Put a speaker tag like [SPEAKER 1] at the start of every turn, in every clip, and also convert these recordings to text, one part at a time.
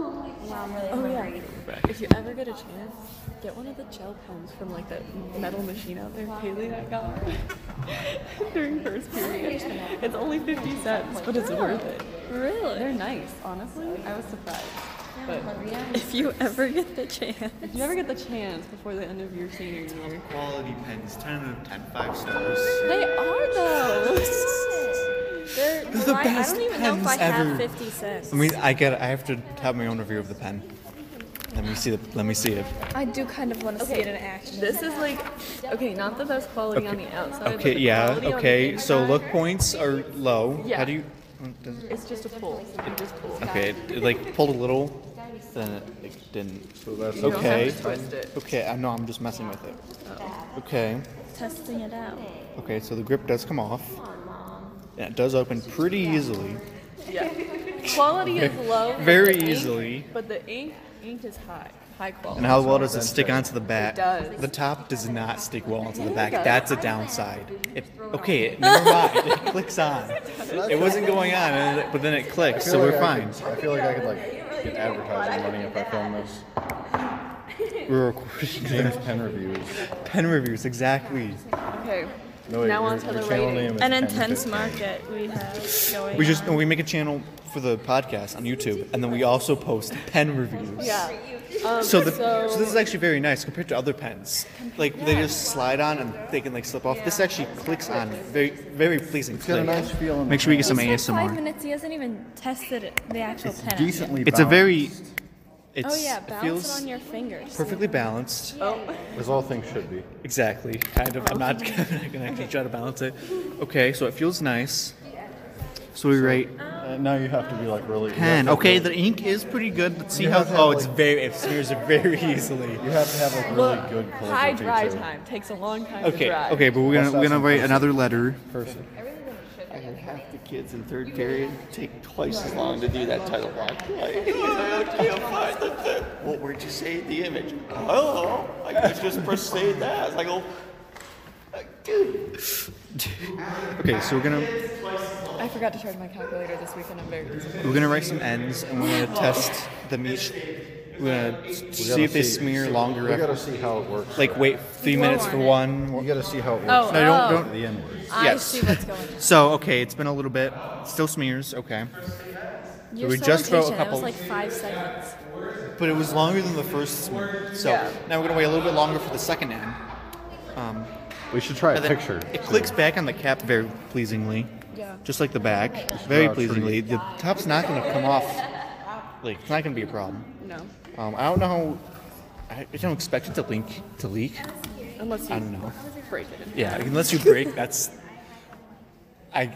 [SPEAKER 1] I'm really
[SPEAKER 2] Oh yeah.
[SPEAKER 1] hungry.
[SPEAKER 2] If you ever get a chance, get one of the gel pens from like that metal machine out there Haley that got during first period. It's only 50 cents, but it's worth it.
[SPEAKER 3] Really?
[SPEAKER 2] They're nice, honestly. I was surprised. But
[SPEAKER 3] If you ever get the chance.
[SPEAKER 2] if you ever get the chance before the end of your senior year,
[SPEAKER 4] Quality pens, 10 out of 10, 5 stars.
[SPEAKER 2] they are though.
[SPEAKER 3] They're,
[SPEAKER 4] They're the
[SPEAKER 3] why-
[SPEAKER 4] best
[SPEAKER 3] I don't even know if
[SPEAKER 4] pens
[SPEAKER 3] I
[SPEAKER 4] ever.
[SPEAKER 3] have 50 cents.
[SPEAKER 4] I mean, I get it. I have to have my own review of the pen. Let me see the. Let me see it.
[SPEAKER 1] I do kind of want to see it in action.
[SPEAKER 2] This is like okay, not the best quality on the outside. but
[SPEAKER 4] Okay,
[SPEAKER 2] the
[SPEAKER 4] yeah,
[SPEAKER 2] quality on the
[SPEAKER 4] okay. So
[SPEAKER 2] inside,
[SPEAKER 4] look points are low.
[SPEAKER 2] Yeah.
[SPEAKER 4] How do you? mm, does it-
[SPEAKER 2] It's just a pull. You just pull.
[SPEAKER 4] Okay, it, it, like pulled a little, then it, it didn't.
[SPEAKER 5] that's
[SPEAKER 2] You don't
[SPEAKER 4] Okay.
[SPEAKER 2] have to twist it.
[SPEAKER 4] Okay, I know I'm just messing with it. Okay,
[SPEAKER 3] testing it out.
[SPEAKER 4] okay. So the grip does come off. And it does open pretty easily.
[SPEAKER 2] Yeah. Quality is low. but
[SPEAKER 4] Very
[SPEAKER 2] the ink-
[SPEAKER 4] easily.
[SPEAKER 2] but the ink ink is high. High quality.
[SPEAKER 4] And how well does it stick onto the back?
[SPEAKER 2] does.
[SPEAKER 4] The top does not stick well onto the back.
[SPEAKER 2] does.
[SPEAKER 4] That's a downside. It, okay, it, never mind. It clicks on. It wasn't going on, and it- but then it clicks, so we're fine.
[SPEAKER 5] I feel like I could like get advertising money if I film this.
[SPEAKER 4] We're recording
[SPEAKER 5] James Pen reviews.
[SPEAKER 4] pen reviews exactly.
[SPEAKER 2] okay.
[SPEAKER 5] No, wait,
[SPEAKER 2] Now
[SPEAKER 5] your-
[SPEAKER 2] on to
[SPEAKER 5] your
[SPEAKER 2] the
[SPEAKER 5] channel
[SPEAKER 2] rating.
[SPEAKER 5] name is
[SPEAKER 3] An
[SPEAKER 5] Pen
[SPEAKER 3] intense
[SPEAKER 5] 15.
[SPEAKER 3] market we have going
[SPEAKER 4] We just
[SPEAKER 3] on.
[SPEAKER 4] we make a channel for the podcast on YouTube, and then we also post pen reviews.
[SPEAKER 2] Yeah.
[SPEAKER 4] So, the, so this is actually very nice compared to other pens. Like they just slide on and they can like slip off. This actually clicks on very very pleasing.
[SPEAKER 5] It's got a
[SPEAKER 4] click.
[SPEAKER 5] nice feel. in
[SPEAKER 4] Make
[SPEAKER 5] the
[SPEAKER 4] sure we get
[SPEAKER 5] pen.
[SPEAKER 4] some
[SPEAKER 3] It's been five
[SPEAKER 4] ASMR.
[SPEAKER 3] minutes. He hasn't even tested it, the actual pen. out yet.
[SPEAKER 5] Decently.
[SPEAKER 4] It's a very.
[SPEAKER 5] balanced,
[SPEAKER 4] It's,
[SPEAKER 3] Oh yeah,
[SPEAKER 4] it
[SPEAKER 3] balance it
[SPEAKER 4] feels
[SPEAKER 3] on your fingers.
[SPEAKER 4] perfectly balanced.
[SPEAKER 2] Oh,
[SPEAKER 5] As all things should be.
[SPEAKER 4] Exactly. Kind of. I'm not, I'm not gonna actually try to balance it. Okay, so it feels nice. So we rate
[SPEAKER 5] Uh, now you have to be like really. you have
[SPEAKER 4] pen.
[SPEAKER 5] to
[SPEAKER 4] Okay,
[SPEAKER 5] have,
[SPEAKER 4] the ink is pretty good. Let's see
[SPEAKER 5] You
[SPEAKER 4] how.
[SPEAKER 5] have to have,
[SPEAKER 4] Oh, it's
[SPEAKER 5] like-
[SPEAKER 4] very. It smears it very easily.
[SPEAKER 5] you have to have like really
[SPEAKER 2] Look,
[SPEAKER 5] good calligraphy
[SPEAKER 2] high dry
[SPEAKER 5] too.
[SPEAKER 2] time takes a long time to
[SPEAKER 4] Okay.
[SPEAKER 2] dry.
[SPEAKER 4] Okay, but we're gonna
[SPEAKER 5] Plus
[SPEAKER 4] we're gonna
[SPEAKER 5] that's
[SPEAKER 4] write
[SPEAKER 5] impressive.
[SPEAKER 4] another letter.
[SPEAKER 5] Person.
[SPEAKER 6] I had half the kids in third period take twice as long to do that title block. Like, what word you say? The image. Hello. I could just proceed that. I was like, oh, dude.
[SPEAKER 4] Okay, so we're gonna
[SPEAKER 2] I forgot to charge my calculator this weekend. I'm very disappointed.
[SPEAKER 4] we're gonna write some ends and we're gonna test them each. We're gonna s-
[SPEAKER 5] We
[SPEAKER 4] see
[SPEAKER 5] gotta
[SPEAKER 4] if they smear longer.
[SPEAKER 5] We gotta
[SPEAKER 4] after-
[SPEAKER 5] see how it works.
[SPEAKER 4] Like wait three minutes for one.
[SPEAKER 5] You gotta see how it works.
[SPEAKER 3] Oh,
[SPEAKER 4] No, don't- don't-
[SPEAKER 5] The N word.
[SPEAKER 3] I
[SPEAKER 4] Yes.
[SPEAKER 3] see what's going on.
[SPEAKER 4] So okay, it's been a little bit. Still smears. Okay,
[SPEAKER 3] You're
[SPEAKER 4] we
[SPEAKER 3] so
[SPEAKER 4] just wrote a
[SPEAKER 3] impatient.
[SPEAKER 4] couple-
[SPEAKER 3] It was like five seconds.
[SPEAKER 4] but it was longer than the first smear. So
[SPEAKER 2] Yeah.
[SPEAKER 4] now we're gonna wait a little bit longer for the second end.
[SPEAKER 5] We should try a
[SPEAKER 4] And then
[SPEAKER 5] picture.
[SPEAKER 4] It
[SPEAKER 5] too.
[SPEAKER 4] clicks back on the cap very pleasingly. Yeah. Just like the back, very
[SPEAKER 5] draw a tree.
[SPEAKER 4] pleasingly. The top's not gonna come off. Like it's not gonna be a problem.
[SPEAKER 2] No,
[SPEAKER 4] Um, I don't know. I I don't expect it to leak. To leak.
[SPEAKER 2] unless you
[SPEAKER 4] I don't know.
[SPEAKER 2] break it.
[SPEAKER 4] Yeah, unless you break, that's. I,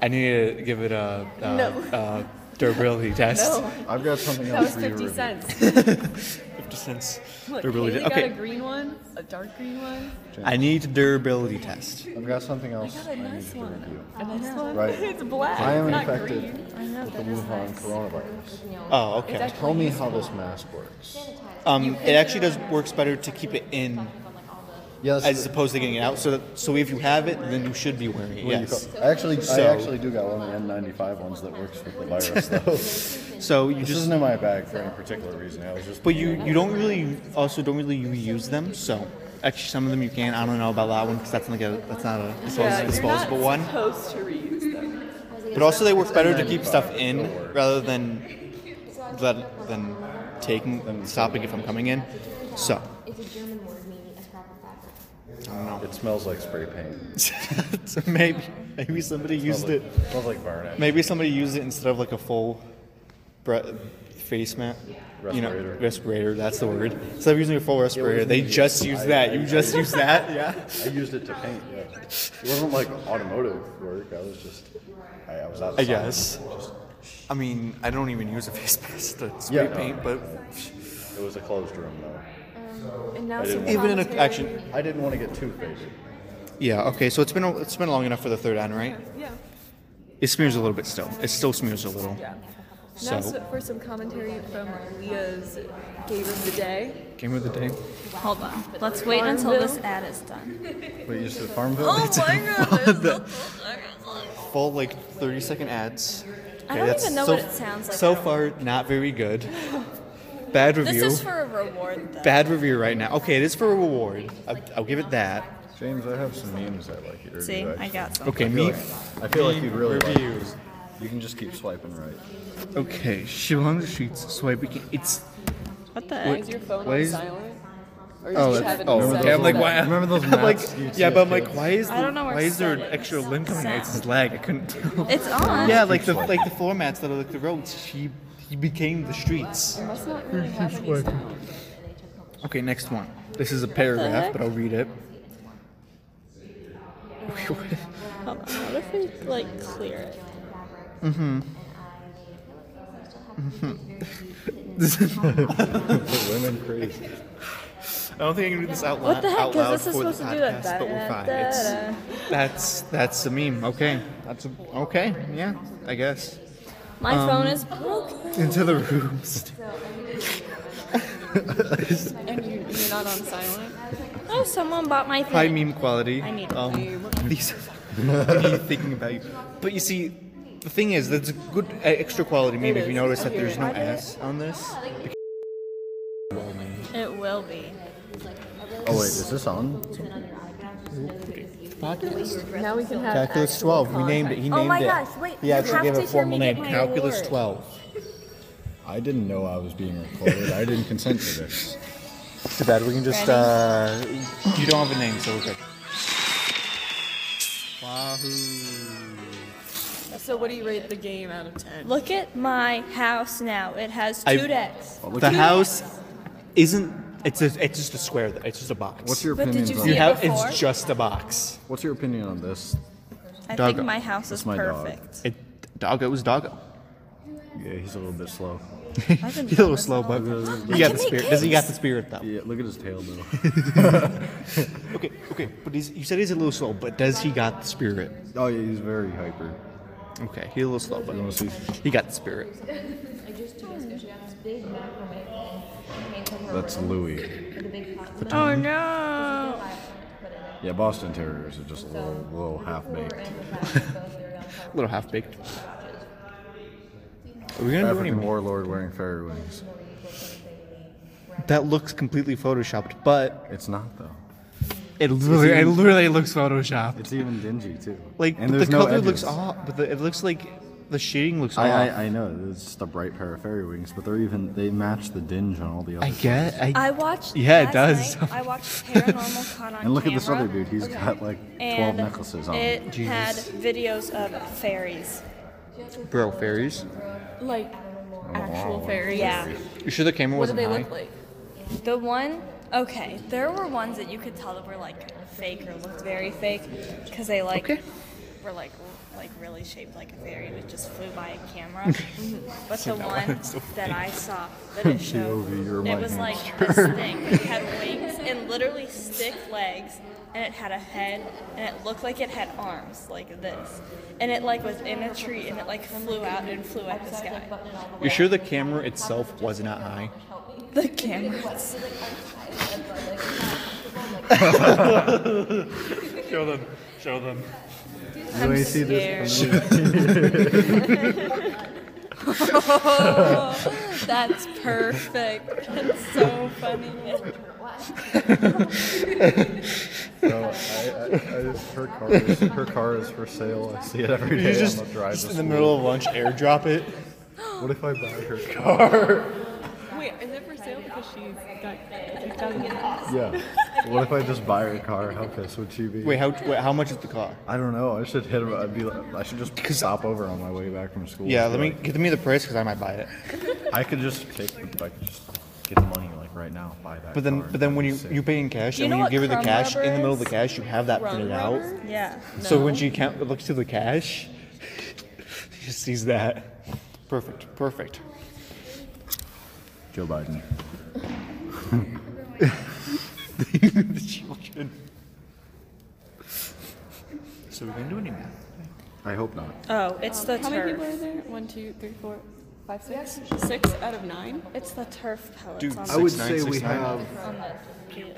[SPEAKER 4] I need to give it a, a,
[SPEAKER 2] No.
[SPEAKER 4] a durability test.
[SPEAKER 2] No,
[SPEAKER 5] I've got something
[SPEAKER 2] Oh, that
[SPEAKER 5] else
[SPEAKER 2] was
[SPEAKER 5] for you. to
[SPEAKER 2] 50
[SPEAKER 5] review.
[SPEAKER 2] cents.
[SPEAKER 4] Fifty cents.
[SPEAKER 2] Look,
[SPEAKER 4] durability.
[SPEAKER 2] Haley
[SPEAKER 4] test.
[SPEAKER 2] got a
[SPEAKER 4] okay.
[SPEAKER 2] green one, a dark green one,
[SPEAKER 4] I need a durability test.
[SPEAKER 5] I've got something else
[SPEAKER 2] got a
[SPEAKER 5] I need
[SPEAKER 2] nice
[SPEAKER 5] to
[SPEAKER 2] one.
[SPEAKER 5] review.
[SPEAKER 2] and this one.
[SPEAKER 5] Right.
[SPEAKER 2] it's black.
[SPEAKER 5] I am
[SPEAKER 2] it's not
[SPEAKER 5] infected
[SPEAKER 2] green.
[SPEAKER 5] with
[SPEAKER 3] I know
[SPEAKER 5] the
[SPEAKER 3] that is
[SPEAKER 5] Wuhan
[SPEAKER 3] nice.
[SPEAKER 5] coronavirus.
[SPEAKER 4] Oh, okay.
[SPEAKER 2] actually
[SPEAKER 5] Tell me how this mask works.
[SPEAKER 4] Um, it actually does works better to keep it in
[SPEAKER 5] Yes.
[SPEAKER 4] as opposed to getting it out. So, that, so if you have it, then you should be wearing it. Yes.
[SPEAKER 5] I actually, I
[SPEAKER 4] So-
[SPEAKER 5] actually do got one of the N95 ones that works with the virus, though. this
[SPEAKER 4] So you just,
[SPEAKER 5] isn't in my bag for any particular reason. I was just.
[SPEAKER 4] but you you don't really also don't really use them. So actually, some of them you can. I don't know about that one because that's not like a that's not a disposable,
[SPEAKER 2] Yeah, you're not
[SPEAKER 4] disposable one.
[SPEAKER 2] supposed to reuse them.
[SPEAKER 4] But also, they work better to keep stuff in rather than let, than taking than stopping it from coming in. So
[SPEAKER 7] It's a German word meaning a scrap of fabric.
[SPEAKER 5] It smells like spray paint.
[SPEAKER 4] so maybe maybe somebody used it.
[SPEAKER 5] It smells like varnish.
[SPEAKER 4] Maybe somebody used it instead of like a full bre- face mask. You know,
[SPEAKER 5] Respirator.
[SPEAKER 4] respirator. That's the word. Instead of using a full respirator, they
[SPEAKER 5] me.
[SPEAKER 4] just use
[SPEAKER 5] I-
[SPEAKER 4] that.
[SPEAKER 5] I-
[SPEAKER 4] You
[SPEAKER 5] I-
[SPEAKER 4] just use that. Yeah.
[SPEAKER 5] I used it to paint. Yeah. It wasn't like automotive work. I was just. I, I was outside.
[SPEAKER 4] I guess. I mean, I don't even use a face mask to spray
[SPEAKER 5] Yeah, no.
[SPEAKER 4] paint, but
[SPEAKER 5] It was a closed room, though.
[SPEAKER 2] And now
[SPEAKER 5] I
[SPEAKER 2] some
[SPEAKER 5] didn't
[SPEAKER 4] even in a, actually,
[SPEAKER 5] I didn't want to get too faded.
[SPEAKER 4] yeah. Okay, so it's been a, it's been long enough for the third end, right?
[SPEAKER 2] Yeah.
[SPEAKER 4] It smears a little bit still. It still smears a little.
[SPEAKER 2] Yeah. Now
[SPEAKER 4] So,
[SPEAKER 2] so- for some commentary from Leah's game of the day.
[SPEAKER 4] game of the day.
[SPEAKER 3] Hold on. Let's wait until this ad is done.
[SPEAKER 5] But you said
[SPEAKER 2] Oh,
[SPEAKER 5] Farmville?
[SPEAKER 3] my god.
[SPEAKER 4] Full like 30 second ads.
[SPEAKER 3] I don't
[SPEAKER 4] that's
[SPEAKER 3] even know
[SPEAKER 4] so,
[SPEAKER 3] what it sounds like
[SPEAKER 4] So
[SPEAKER 3] at all.
[SPEAKER 4] far, not very good. Bad review.
[SPEAKER 3] This is for a reward, though.
[SPEAKER 4] Bad review right now. Okay, it is for a reward. I'll, I'll give it that.
[SPEAKER 5] James, I have some memes I like. your
[SPEAKER 3] See, I got some.
[SPEAKER 4] Okay,
[SPEAKER 5] I feel
[SPEAKER 4] me.
[SPEAKER 5] like, I feel like you really like
[SPEAKER 4] reviews.
[SPEAKER 5] this. You can just keep swiping right.
[SPEAKER 4] Okay, Shibong Streets Swipe. Again. It's
[SPEAKER 3] What the heck?
[SPEAKER 2] Is your phone
[SPEAKER 4] What
[SPEAKER 2] on
[SPEAKER 4] is-
[SPEAKER 2] silent? Or did
[SPEAKER 4] oh,
[SPEAKER 2] you
[SPEAKER 4] that's,
[SPEAKER 2] have it
[SPEAKER 4] oh
[SPEAKER 2] on
[SPEAKER 5] Remember
[SPEAKER 4] okay.
[SPEAKER 2] silent?
[SPEAKER 4] I'm like
[SPEAKER 5] those-
[SPEAKER 4] why?
[SPEAKER 5] Remember those
[SPEAKER 4] I'm like
[SPEAKER 5] maps you
[SPEAKER 4] yeah, but I'm
[SPEAKER 5] took?
[SPEAKER 4] like why is
[SPEAKER 3] I don't
[SPEAKER 4] the-
[SPEAKER 3] know where
[SPEAKER 4] why is there an
[SPEAKER 3] settings-
[SPEAKER 4] extra link on it? It's
[SPEAKER 3] sounds.
[SPEAKER 4] just lag. I couldn't tell.
[SPEAKER 3] It's on.
[SPEAKER 4] Yeah, like the like the floor mats that are like the roads. He he became the streets.
[SPEAKER 2] Must not really have any sound.
[SPEAKER 4] Okay, next one. This is a paragraph,
[SPEAKER 3] heck?
[SPEAKER 4] but I'll read it.
[SPEAKER 3] Hold on. What if we, like, clear it?
[SPEAKER 5] The women crazy.
[SPEAKER 4] I don't think I can do this out loud.
[SPEAKER 3] What the heck?
[SPEAKER 4] Out
[SPEAKER 3] Because
[SPEAKER 4] loud
[SPEAKER 3] this is
[SPEAKER 4] for the
[SPEAKER 3] supposed to do that.
[SPEAKER 4] podcast, but we're fine. It's-
[SPEAKER 3] Da-da-da-da.
[SPEAKER 4] that's that's a meme. Okay, that's a, okay. Yeah, I guess.
[SPEAKER 3] My
[SPEAKER 4] Um,
[SPEAKER 3] phone is broken.
[SPEAKER 4] Into the rooms.
[SPEAKER 2] And you, you're not on silent?
[SPEAKER 3] Oh, someone bought my thing.
[SPEAKER 4] High meme quality.
[SPEAKER 3] I need a
[SPEAKER 4] um, these are me thinking about you. But you see, the thing is, that's a good uh, extra quality meme. If you notice that there's no ass on this,
[SPEAKER 3] It will be.
[SPEAKER 5] Oh wait, is this on?
[SPEAKER 2] Now we can have
[SPEAKER 4] Calculus
[SPEAKER 2] actual
[SPEAKER 4] 12. We named it. He
[SPEAKER 3] Oh
[SPEAKER 4] named
[SPEAKER 3] my
[SPEAKER 4] it.
[SPEAKER 3] gosh, wait,
[SPEAKER 4] He
[SPEAKER 3] you
[SPEAKER 4] actually
[SPEAKER 3] have
[SPEAKER 4] gave
[SPEAKER 3] to
[SPEAKER 4] a
[SPEAKER 3] hear
[SPEAKER 4] formal
[SPEAKER 3] me get
[SPEAKER 4] name.
[SPEAKER 3] my
[SPEAKER 4] Calculus
[SPEAKER 3] award.
[SPEAKER 4] 12.
[SPEAKER 5] I didn't know I was being recorded. I didn't consent to this.
[SPEAKER 4] Too bad. We can just. uh You don't have a name, so we're good. Wahoo.
[SPEAKER 2] content. So what do you rate the game out of 10?
[SPEAKER 3] Look at my house now. It has
[SPEAKER 4] I- Oh,
[SPEAKER 3] two decks.
[SPEAKER 4] The house isn't. It's a, It's just a square. though. It's just a box.
[SPEAKER 5] What's your
[SPEAKER 3] But did
[SPEAKER 5] opinion
[SPEAKER 3] you
[SPEAKER 5] on?
[SPEAKER 3] see
[SPEAKER 4] You
[SPEAKER 3] it?
[SPEAKER 4] have.
[SPEAKER 3] before?
[SPEAKER 4] It's just a box.
[SPEAKER 5] What's your opinion on this?
[SPEAKER 3] I
[SPEAKER 4] Dog-
[SPEAKER 3] think my house is
[SPEAKER 5] That's my dog.
[SPEAKER 3] perfect.
[SPEAKER 4] It. Doggo was doggo.
[SPEAKER 5] Yeah, he's a little bit slow.
[SPEAKER 3] I've been
[SPEAKER 4] He's a little
[SPEAKER 3] doing this
[SPEAKER 4] slow,
[SPEAKER 3] all-
[SPEAKER 4] but
[SPEAKER 3] I
[SPEAKER 4] he got
[SPEAKER 3] can
[SPEAKER 4] the
[SPEAKER 3] make
[SPEAKER 4] spirit. Does he got
[SPEAKER 3] cakes.
[SPEAKER 4] the spirit though?
[SPEAKER 5] Yeah, look at his tail though.
[SPEAKER 4] Okay, okay, but he's, you said he's a little slow, but does he got the spirit?
[SPEAKER 5] oh yeah, he's very hyper.
[SPEAKER 4] Okay, he's a little slow, but
[SPEAKER 5] You want to see?
[SPEAKER 4] he got the spirit.
[SPEAKER 5] That's Louis.
[SPEAKER 3] Oh no!
[SPEAKER 5] Yeah, Boston Terriers are just a little, little half baked.
[SPEAKER 4] A little half baked. Are we gonna do any
[SPEAKER 5] African
[SPEAKER 4] more?
[SPEAKER 5] warlord wearing fairy wings.
[SPEAKER 4] That looks completely photoshopped, but
[SPEAKER 5] It's not though.
[SPEAKER 4] it literally, it literally looks photoshopped.
[SPEAKER 5] It's even dingy too.
[SPEAKER 4] Like but the
[SPEAKER 5] there's no
[SPEAKER 4] color looks
[SPEAKER 5] edges.
[SPEAKER 4] off, but the, it looks like the shading looks
[SPEAKER 5] I,
[SPEAKER 4] off.
[SPEAKER 5] I, I know it's just a bright pair of fairy wings, but they're even they match the dinge on all the other.
[SPEAKER 4] I get. I,
[SPEAKER 3] I watched.
[SPEAKER 4] Yeah,
[SPEAKER 3] last
[SPEAKER 4] it does.
[SPEAKER 3] night, I watched Paranormal Con on
[SPEAKER 5] And look at this
[SPEAKER 3] camera,
[SPEAKER 5] other dude. He's got like twelve
[SPEAKER 3] and
[SPEAKER 5] necklaces on.
[SPEAKER 3] It
[SPEAKER 4] Jesus.
[SPEAKER 3] had videos of fairies.
[SPEAKER 4] bro fairies.
[SPEAKER 2] Like actual fairies?
[SPEAKER 3] Yeah.
[SPEAKER 4] You sure the camera
[SPEAKER 2] What do
[SPEAKER 4] wasn't
[SPEAKER 2] they
[SPEAKER 4] high?
[SPEAKER 2] look like?
[SPEAKER 3] The one, okay, there were ones that you could tell that were like fake or looked very fake because they like
[SPEAKER 4] Okay.
[SPEAKER 3] were like r- like really shaped like a fairy and it just flew by a camera. but the one that I saw that it showed,
[SPEAKER 5] POV, you're
[SPEAKER 3] it
[SPEAKER 5] my
[SPEAKER 3] was like this thing. It had wings and literally stick legs. And it had a head, and it looked like it had arms like this, and it like was in a tree, and it like flew out and flew at the sky.
[SPEAKER 4] You sure the camera itself was not high?
[SPEAKER 3] The cameras.
[SPEAKER 6] Show them. Show them.
[SPEAKER 5] You ain't see this from me.
[SPEAKER 3] That's perfect. That's so funny.
[SPEAKER 5] No, I, I, I just, her car is her car is for sale. I see it every day
[SPEAKER 4] He's just,
[SPEAKER 5] on the drive.
[SPEAKER 4] just
[SPEAKER 5] this
[SPEAKER 4] in the
[SPEAKER 5] week.
[SPEAKER 4] middle of lunch, airdrop it.
[SPEAKER 5] What if I buy her car?
[SPEAKER 2] Wait, is it for sale because she's got it doesn't
[SPEAKER 5] yeah. What if I just buy her car? How pissed would she be?
[SPEAKER 4] Wait, how wait, how much is the car?
[SPEAKER 5] I don't know. I should hit him. I'd be. Like, I should just stop over on my way back from school.
[SPEAKER 4] Yeah,
[SPEAKER 5] and
[SPEAKER 4] let
[SPEAKER 5] be
[SPEAKER 4] me give me the price because I might buy it.
[SPEAKER 5] like- I could just take. The, I could just get the money like right now. Buy that.
[SPEAKER 4] But then,
[SPEAKER 5] car,
[SPEAKER 4] but then when you
[SPEAKER 5] that'd be
[SPEAKER 4] you
[SPEAKER 5] sick.
[SPEAKER 4] pay in cash
[SPEAKER 3] You
[SPEAKER 4] and
[SPEAKER 3] know
[SPEAKER 4] when you
[SPEAKER 3] what
[SPEAKER 4] give her the
[SPEAKER 3] crumb
[SPEAKER 4] cash in the
[SPEAKER 3] rubber
[SPEAKER 4] middle of the
[SPEAKER 3] is?
[SPEAKER 4] cash, you have that printed
[SPEAKER 2] Crumb
[SPEAKER 4] out.
[SPEAKER 2] rubber?
[SPEAKER 3] Yeah.
[SPEAKER 4] So when she count looks to the cash, she just sees that. Perfect, perfect.
[SPEAKER 5] Joe Biden.
[SPEAKER 4] the children. So we're gonna do any math.
[SPEAKER 5] I hope not.
[SPEAKER 3] Oh, it's the
[SPEAKER 2] How many people
[SPEAKER 3] turf.
[SPEAKER 2] are there? One, two, three, four, five, six? Six out of nine?
[SPEAKER 3] It's the turf pellets
[SPEAKER 4] Dude,
[SPEAKER 3] on
[SPEAKER 4] I
[SPEAKER 5] I
[SPEAKER 3] the
[SPEAKER 5] would
[SPEAKER 4] Six, nine,
[SPEAKER 5] say
[SPEAKER 4] six,
[SPEAKER 5] we
[SPEAKER 4] nine.
[SPEAKER 5] have
[SPEAKER 3] on the field.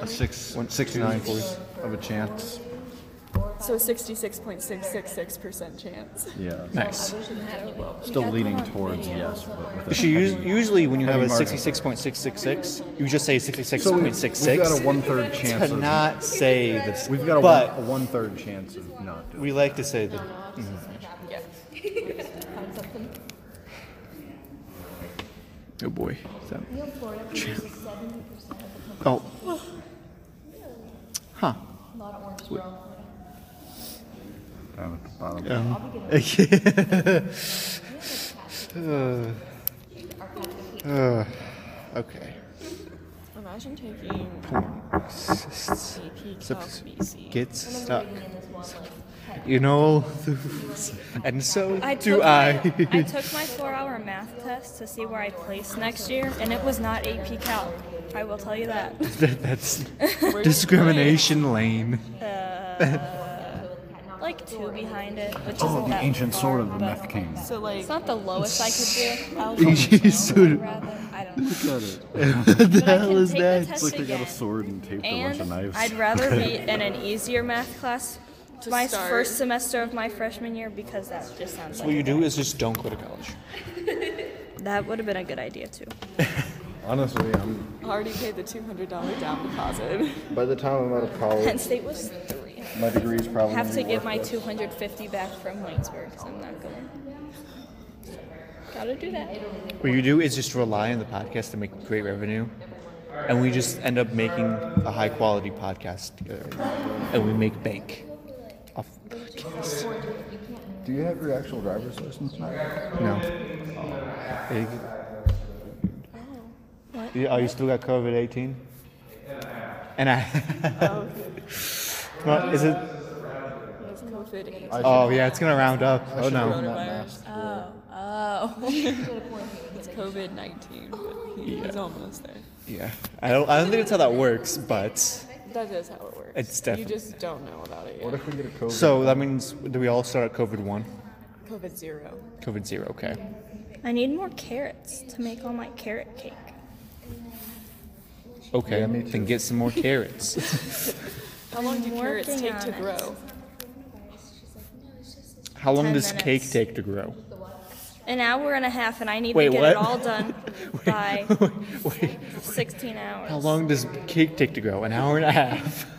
[SPEAKER 5] a six,
[SPEAKER 4] One,
[SPEAKER 5] six
[SPEAKER 4] two,
[SPEAKER 5] ninths of a chance
[SPEAKER 2] So a 66.666% chance.
[SPEAKER 5] Yeah.
[SPEAKER 4] Nice.
[SPEAKER 5] Still leaning towards yes, but with a
[SPEAKER 4] She us-
[SPEAKER 5] heavy-
[SPEAKER 4] usually when you have
[SPEAKER 5] heavy
[SPEAKER 4] a
[SPEAKER 5] margin.
[SPEAKER 4] sixty-six point six six six, you just say sixty-six
[SPEAKER 5] So we-
[SPEAKER 4] point six six.
[SPEAKER 5] We've got a one third chance.
[SPEAKER 4] To
[SPEAKER 5] of,
[SPEAKER 4] not say this,
[SPEAKER 5] We've got a,
[SPEAKER 4] but
[SPEAKER 5] one, a one third chance of not doing.
[SPEAKER 4] we like to say the
[SPEAKER 8] Mm-hmm. Oh boy. So,
[SPEAKER 7] Florida produces 70% of the
[SPEAKER 4] oh, huh?
[SPEAKER 7] a lot of oranges grown in Florida.
[SPEAKER 5] it. Um, Down at the bottom.
[SPEAKER 4] Uh, uh, Okay.
[SPEAKER 2] Imagine taking AP Calc BC.
[SPEAKER 4] Gets stuck. You know, and so
[SPEAKER 3] I took
[SPEAKER 4] do
[SPEAKER 3] my,
[SPEAKER 4] I.
[SPEAKER 3] I took my four-hour math test to see where I placed next year, and it was not AP Calc. I will tell you that.
[SPEAKER 4] That- That's discrimination lane.
[SPEAKER 3] Like two behind it, which
[SPEAKER 5] Oh,
[SPEAKER 3] isn't
[SPEAKER 5] the
[SPEAKER 3] that
[SPEAKER 5] ancient
[SPEAKER 3] far,
[SPEAKER 5] sword of the
[SPEAKER 3] but
[SPEAKER 5] meth king.
[SPEAKER 2] So like
[SPEAKER 3] It's not the lowest I could do. I'll
[SPEAKER 4] Ancient sword.
[SPEAKER 3] Rather, I don't know.
[SPEAKER 4] The
[SPEAKER 3] But I
[SPEAKER 4] hell
[SPEAKER 3] can
[SPEAKER 4] is
[SPEAKER 3] take
[SPEAKER 4] that?
[SPEAKER 3] the test
[SPEAKER 5] It's like they got a
[SPEAKER 3] again.
[SPEAKER 5] sword and taped a bunch of
[SPEAKER 3] And
[SPEAKER 5] knives.
[SPEAKER 3] I'd rather be in an easier math class
[SPEAKER 2] To
[SPEAKER 3] my
[SPEAKER 2] start.
[SPEAKER 3] first semester of my freshman year because that just sounds
[SPEAKER 4] What
[SPEAKER 3] like
[SPEAKER 4] you do is just don't go to college.
[SPEAKER 3] that would have been a good idea too.
[SPEAKER 5] Honestly, I'm,
[SPEAKER 2] already paid the $200 down deposit.
[SPEAKER 5] by the time I'm out of
[SPEAKER 3] Penn
[SPEAKER 5] college,
[SPEAKER 3] State was three.
[SPEAKER 5] my degree is probably
[SPEAKER 3] Have to
[SPEAKER 5] gonna be
[SPEAKER 3] get my
[SPEAKER 5] worthless.
[SPEAKER 3] 250 back from Waynesburg because I'm not going. Gotta do that.
[SPEAKER 4] What you do is just rely on the podcast to make great revenue, and we just end up making a high quality podcast together, and we make bank. Off the podcast.
[SPEAKER 5] Do you have your actual driver's license now?
[SPEAKER 4] No. It- You- Oh, you still got COVID 18? And I. Well, is it?
[SPEAKER 2] It's COVID.
[SPEAKER 4] Oh, yeah, it's going to round up. Oh, no.
[SPEAKER 2] Coronavirus. Oh, oh. it's COVID 19, but he, he's almost there.
[SPEAKER 4] Yeah. I don't, I don't think that's how that works, but.
[SPEAKER 2] That is how it works.
[SPEAKER 4] It's
[SPEAKER 2] You
[SPEAKER 4] definitely-
[SPEAKER 2] just don't know about it
[SPEAKER 5] What
[SPEAKER 2] yet.
[SPEAKER 5] if we get a COVID?
[SPEAKER 4] So that means, do we all start at COVID 1?
[SPEAKER 2] COVID zero.
[SPEAKER 4] COVID 0, okay.
[SPEAKER 3] I need more carrots to make all my carrot cake.
[SPEAKER 4] Okay, then get some more carrots.
[SPEAKER 2] How long do carrots
[SPEAKER 3] working
[SPEAKER 2] take
[SPEAKER 3] on
[SPEAKER 2] to
[SPEAKER 3] it.
[SPEAKER 2] grow?
[SPEAKER 4] How long
[SPEAKER 3] Ten
[SPEAKER 4] does cake
[SPEAKER 3] minutes.
[SPEAKER 4] take to grow?
[SPEAKER 3] An hour and a half, and I need
[SPEAKER 4] Wait,
[SPEAKER 3] to get
[SPEAKER 4] what?
[SPEAKER 3] it all done by
[SPEAKER 4] Wait,
[SPEAKER 3] 16 hours.
[SPEAKER 4] how long does cake take to grow? An hour and a half.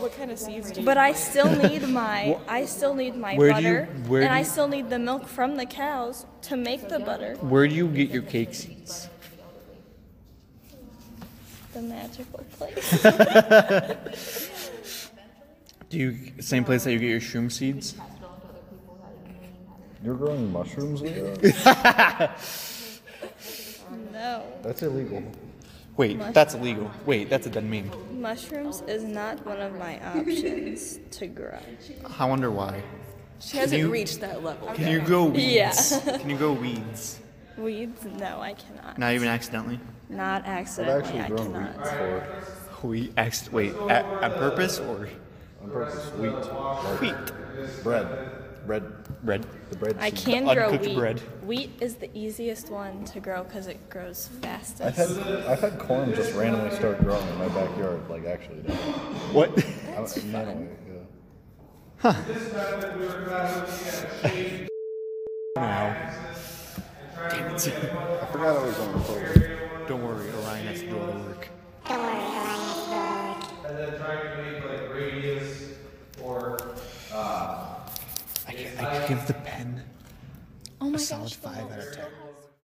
[SPEAKER 2] What kind of seeds do you
[SPEAKER 3] But I still need my I still need my
[SPEAKER 4] Where do you-
[SPEAKER 3] butter,
[SPEAKER 4] where
[SPEAKER 3] and
[SPEAKER 4] do
[SPEAKER 3] I
[SPEAKER 4] you-
[SPEAKER 3] still need the milk from the cows to make the butter.
[SPEAKER 4] Where do you get your cake seeds?
[SPEAKER 3] The magical place.
[SPEAKER 4] Do you same place that you get your shroom seeds?
[SPEAKER 5] You're growing mushrooms, Leo?
[SPEAKER 3] no,
[SPEAKER 5] That's illegal.
[SPEAKER 4] Wait, that's illegal. Wait, that's a dead meme.
[SPEAKER 3] mushrooms is not one of my options to grow.
[SPEAKER 4] I wonder why.
[SPEAKER 2] She hasn't
[SPEAKER 4] you-
[SPEAKER 2] reached that level.
[SPEAKER 4] Can you grow weeds?
[SPEAKER 3] Yeah.
[SPEAKER 4] Can you grow weeds?
[SPEAKER 3] Weeds? No, I cannot.
[SPEAKER 4] Not even accidentally.
[SPEAKER 3] Not
[SPEAKER 5] I've
[SPEAKER 3] accidentally.
[SPEAKER 5] actually
[SPEAKER 3] I
[SPEAKER 5] grown
[SPEAKER 3] cannot.
[SPEAKER 5] wheat for it
[SPEAKER 4] We acc- wait at, at purpose or
[SPEAKER 5] on purpose. Wheat. Like
[SPEAKER 4] wheat?
[SPEAKER 5] Bread. Bread.
[SPEAKER 4] Red.
[SPEAKER 5] The bread.
[SPEAKER 3] I
[SPEAKER 5] seed.
[SPEAKER 3] can
[SPEAKER 4] The
[SPEAKER 3] grow
[SPEAKER 4] uncooked
[SPEAKER 3] wheat.
[SPEAKER 4] bread.
[SPEAKER 3] Wheat is the easiest one to grow because it grows
[SPEAKER 5] I've
[SPEAKER 3] fastest.
[SPEAKER 5] had, I've had corn just randomly start growing in my backyard, like actually. did.
[SPEAKER 4] What?
[SPEAKER 5] I don't- manually, yeah.
[SPEAKER 4] now. Damn it.
[SPEAKER 5] I forgot I was on the phone.
[SPEAKER 4] Don't worry, Orion has to do all the work. I can, I can give the pen
[SPEAKER 3] oh my
[SPEAKER 4] a
[SPEAKER 3] gosh!
[SPEAKER 4] solid five out of ten.